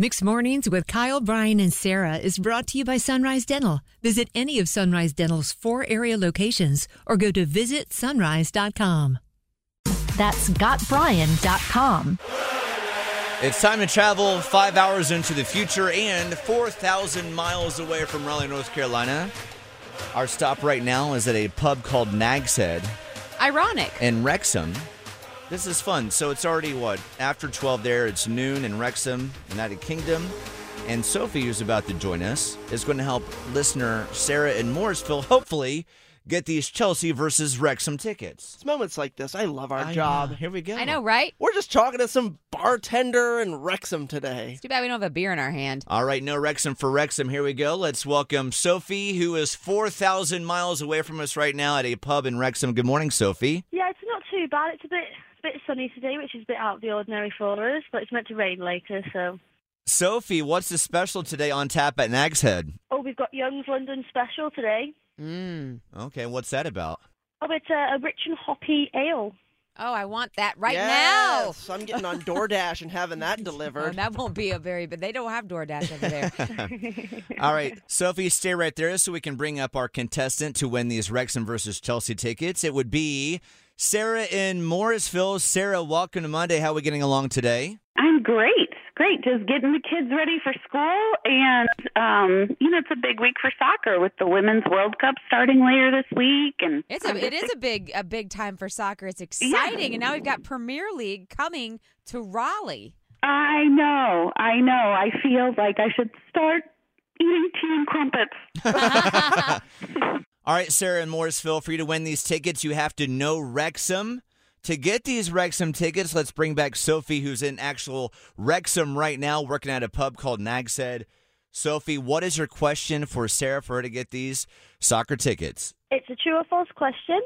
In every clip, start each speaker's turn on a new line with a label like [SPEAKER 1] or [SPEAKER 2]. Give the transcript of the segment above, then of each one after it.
[SPEAKER 1] Mixed Mornings with Kyle, Brian, and Sarah is brought to you by Sunrise Dental. Visit any of Sunrise Dental's four area locations or go to visitsunrise.com.
[SPEAKER 2] That's gotbrian.com.
[SPEAKER 3] It's time to travel five hours into the future and 4,000 miles away from Raleigh, North Carolina. Our stop right now is at a pub called Nag's Head
[SPEAKER 4] Ironic.
[SPEAKER 3] in Wrexham. This is fun. So it's already what? After 12 there, it's noon in Wrexham, United Kingdom. And Sophie, who's about to join us, is going to help listener Sarah in Mooresville hopefully get these Chelsea versus Wrexham tickets.
[SPEAKER 5] It's moments like this. I love our
[SPEAKER 3] I
[SPEAKER 5] job.
[SPEAKER 3] know. Here we go.
[SPEAKER 4] I know, right?
[SPEAKER 5] We're just talking to some bartender in Wrexham today.
[SPEAKER 4] It's too bad we don't have a beer in our hand.
[SPEAKER 3] All right, no Wrexham for Wrexham. Here we go. Let's welcome Sophie, who is 4,000 miles away from us right now at a pub in Wrexham. Good morning, Sophie.
[SPEAKER 6] Yeah, it's not too bad. It's a bit bit sunny today, which is a bit out of the ordinary for us, but it's meant to rain later, so.
[SPEAKER 3] Sophie, what's the special today on tap at Nag's Head?
[SPEAKER 6] Oh, we've got Young's London Special today.
[SPEAKER 4] Mm.
[SPEAKER 3] Okay, what's that about?
[SPEAKER 6] Oh, it's a, a rich and hoppy ale.
[SPEAKER 4] Oh, I want that right
[SPEAKER 5] yes, now. I'm getting on DoorDash and having that
[SPEAKER 4] now. Oh,
[SPEAKER 5] delivered.
[SPEAKER 4] that won't be a very, but they don't have DoorDash over there.
[SPEAKER 3] All right, Sophie, stay right there so we can bring up our contestant to win these Wrexham versus Chelsea tickets. It would be Sarah in Morrisville. Sarah, welcome to Monday. How are we getting along today?
[SPEAKER 7] I'm great. Great. Just getting the kids ready for school. And, um, you know, it's a big week for soccer with the Women's World Cup starting later this week. And
[SPEAKER 4] It's a,
[SPEAKER 7] I'm
[SPEAKER 4] it
[SPEAKER 7] just
[SPEAKER 4] is a big, a big time for soccer. It's exciting, and now we've got Premier League coming to Raleigh.
[SPEAKER 7] I know. I know. I feel like I should start eating tea and crumpets.
[SPEAKER 3] All right, Sarah and Morrisville, for you to win these tickets, you have to know Wrexham. To get these Wrexham tickets, let's bring back Sophie, who's in actual Wrexham right now, working at a pub called Nag Said. Sophie, what is your question for Sarah for her to get these soccer tickets?
[SPEAKER 6] It's a true or false question.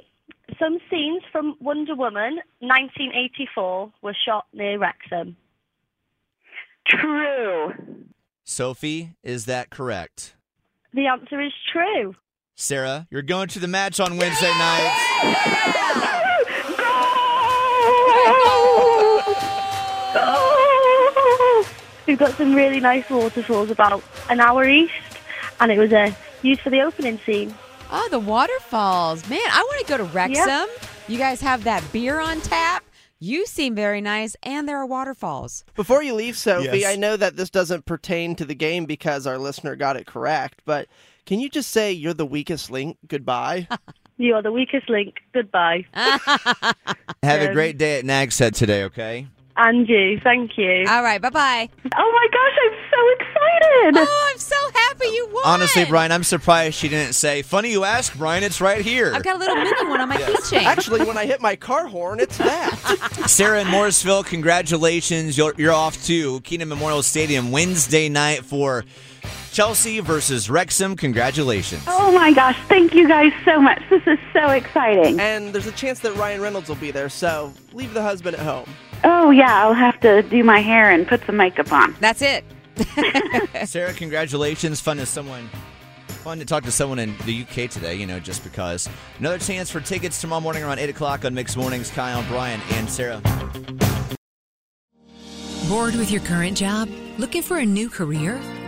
[SPEAKER 6] Some scenes from Wonder Woman 1984 were shot near Wrexham.
[SPEAKER 7] True.
[SPEAKER 3] Sophie, is that correct?
[SPEAKER 6] The answer is true.
[SPEAKER 3] Sarah, you're going to the match on Wednesday night.
[SPEAKER 7] Goal! Goal!
[SPEAKER 6] We've got some really nice waterfalls about an hour east, and it was uh, used for the opening scene.
[SPEAKER 4] Oh, the waterfalls, man! I want to go to Wrexham. You guys have that beer on tap. You seem very nice, and there are waterfalls.
[SPEAKER 5] Before you leave, Sophie,
[SPEAKER 3] Yes.
[SPEAKER 5] I know that this doesn't pertain to the game because our listener got it correct, but can you just say you're the weakest link? Goodbye.
[SPEAKER 6] You are the weakest link. Goodbye.
[SPEAKER 3] Have a
[SPEAKER 6] Yes.
[SPEAKER 3] great day at Nag Said today, okay?
[SPEAKER 6] And you. Thank you.
[SPEAKER 4] All right, bye bye.
[SPEAKER 7] Oh my gosh, I'm so excited.
[SPEAKER 4] Oh, I'm so happy you won.
[SPEAKER 3] Honestly, Brian, I'm surprised she didn't say, funny you ask, Brian, it's right here.
[SPEAKER 4] I've got a little mini one on my keychain.
[SPEAKER 5] Actually, when I hit my car horn, it's that.
[SPEAKER 3] Sarah in Morrisville, congratulations. You're, you're off to Keenan Memorial Stadium Wednesday night for Chelsea versus Wrexham. Congratulations.
[SPEAKER 7] Oh my gosh, thank you guys so much. This is so exciting.
[SPEAKER 5] and there's a chance that Ryan Reynolds will be there, so leave the husband at home.
[SPEAKER 7] Oh yeah, I'll have to do my hair and put some makeup on.
[SPEAKER 4] That's it.
[SPEAKER 3] Sarah, congratulations. Fun to someone. Fun to talk to someone in the UK today, you know, just because. Another chance for tickets tomorrow morning around 8 o'clock on Mixed Mornings. Kyle, Brian, and Sarah.
[SPEAKER 1] Bored with your current job? Looking for a new career?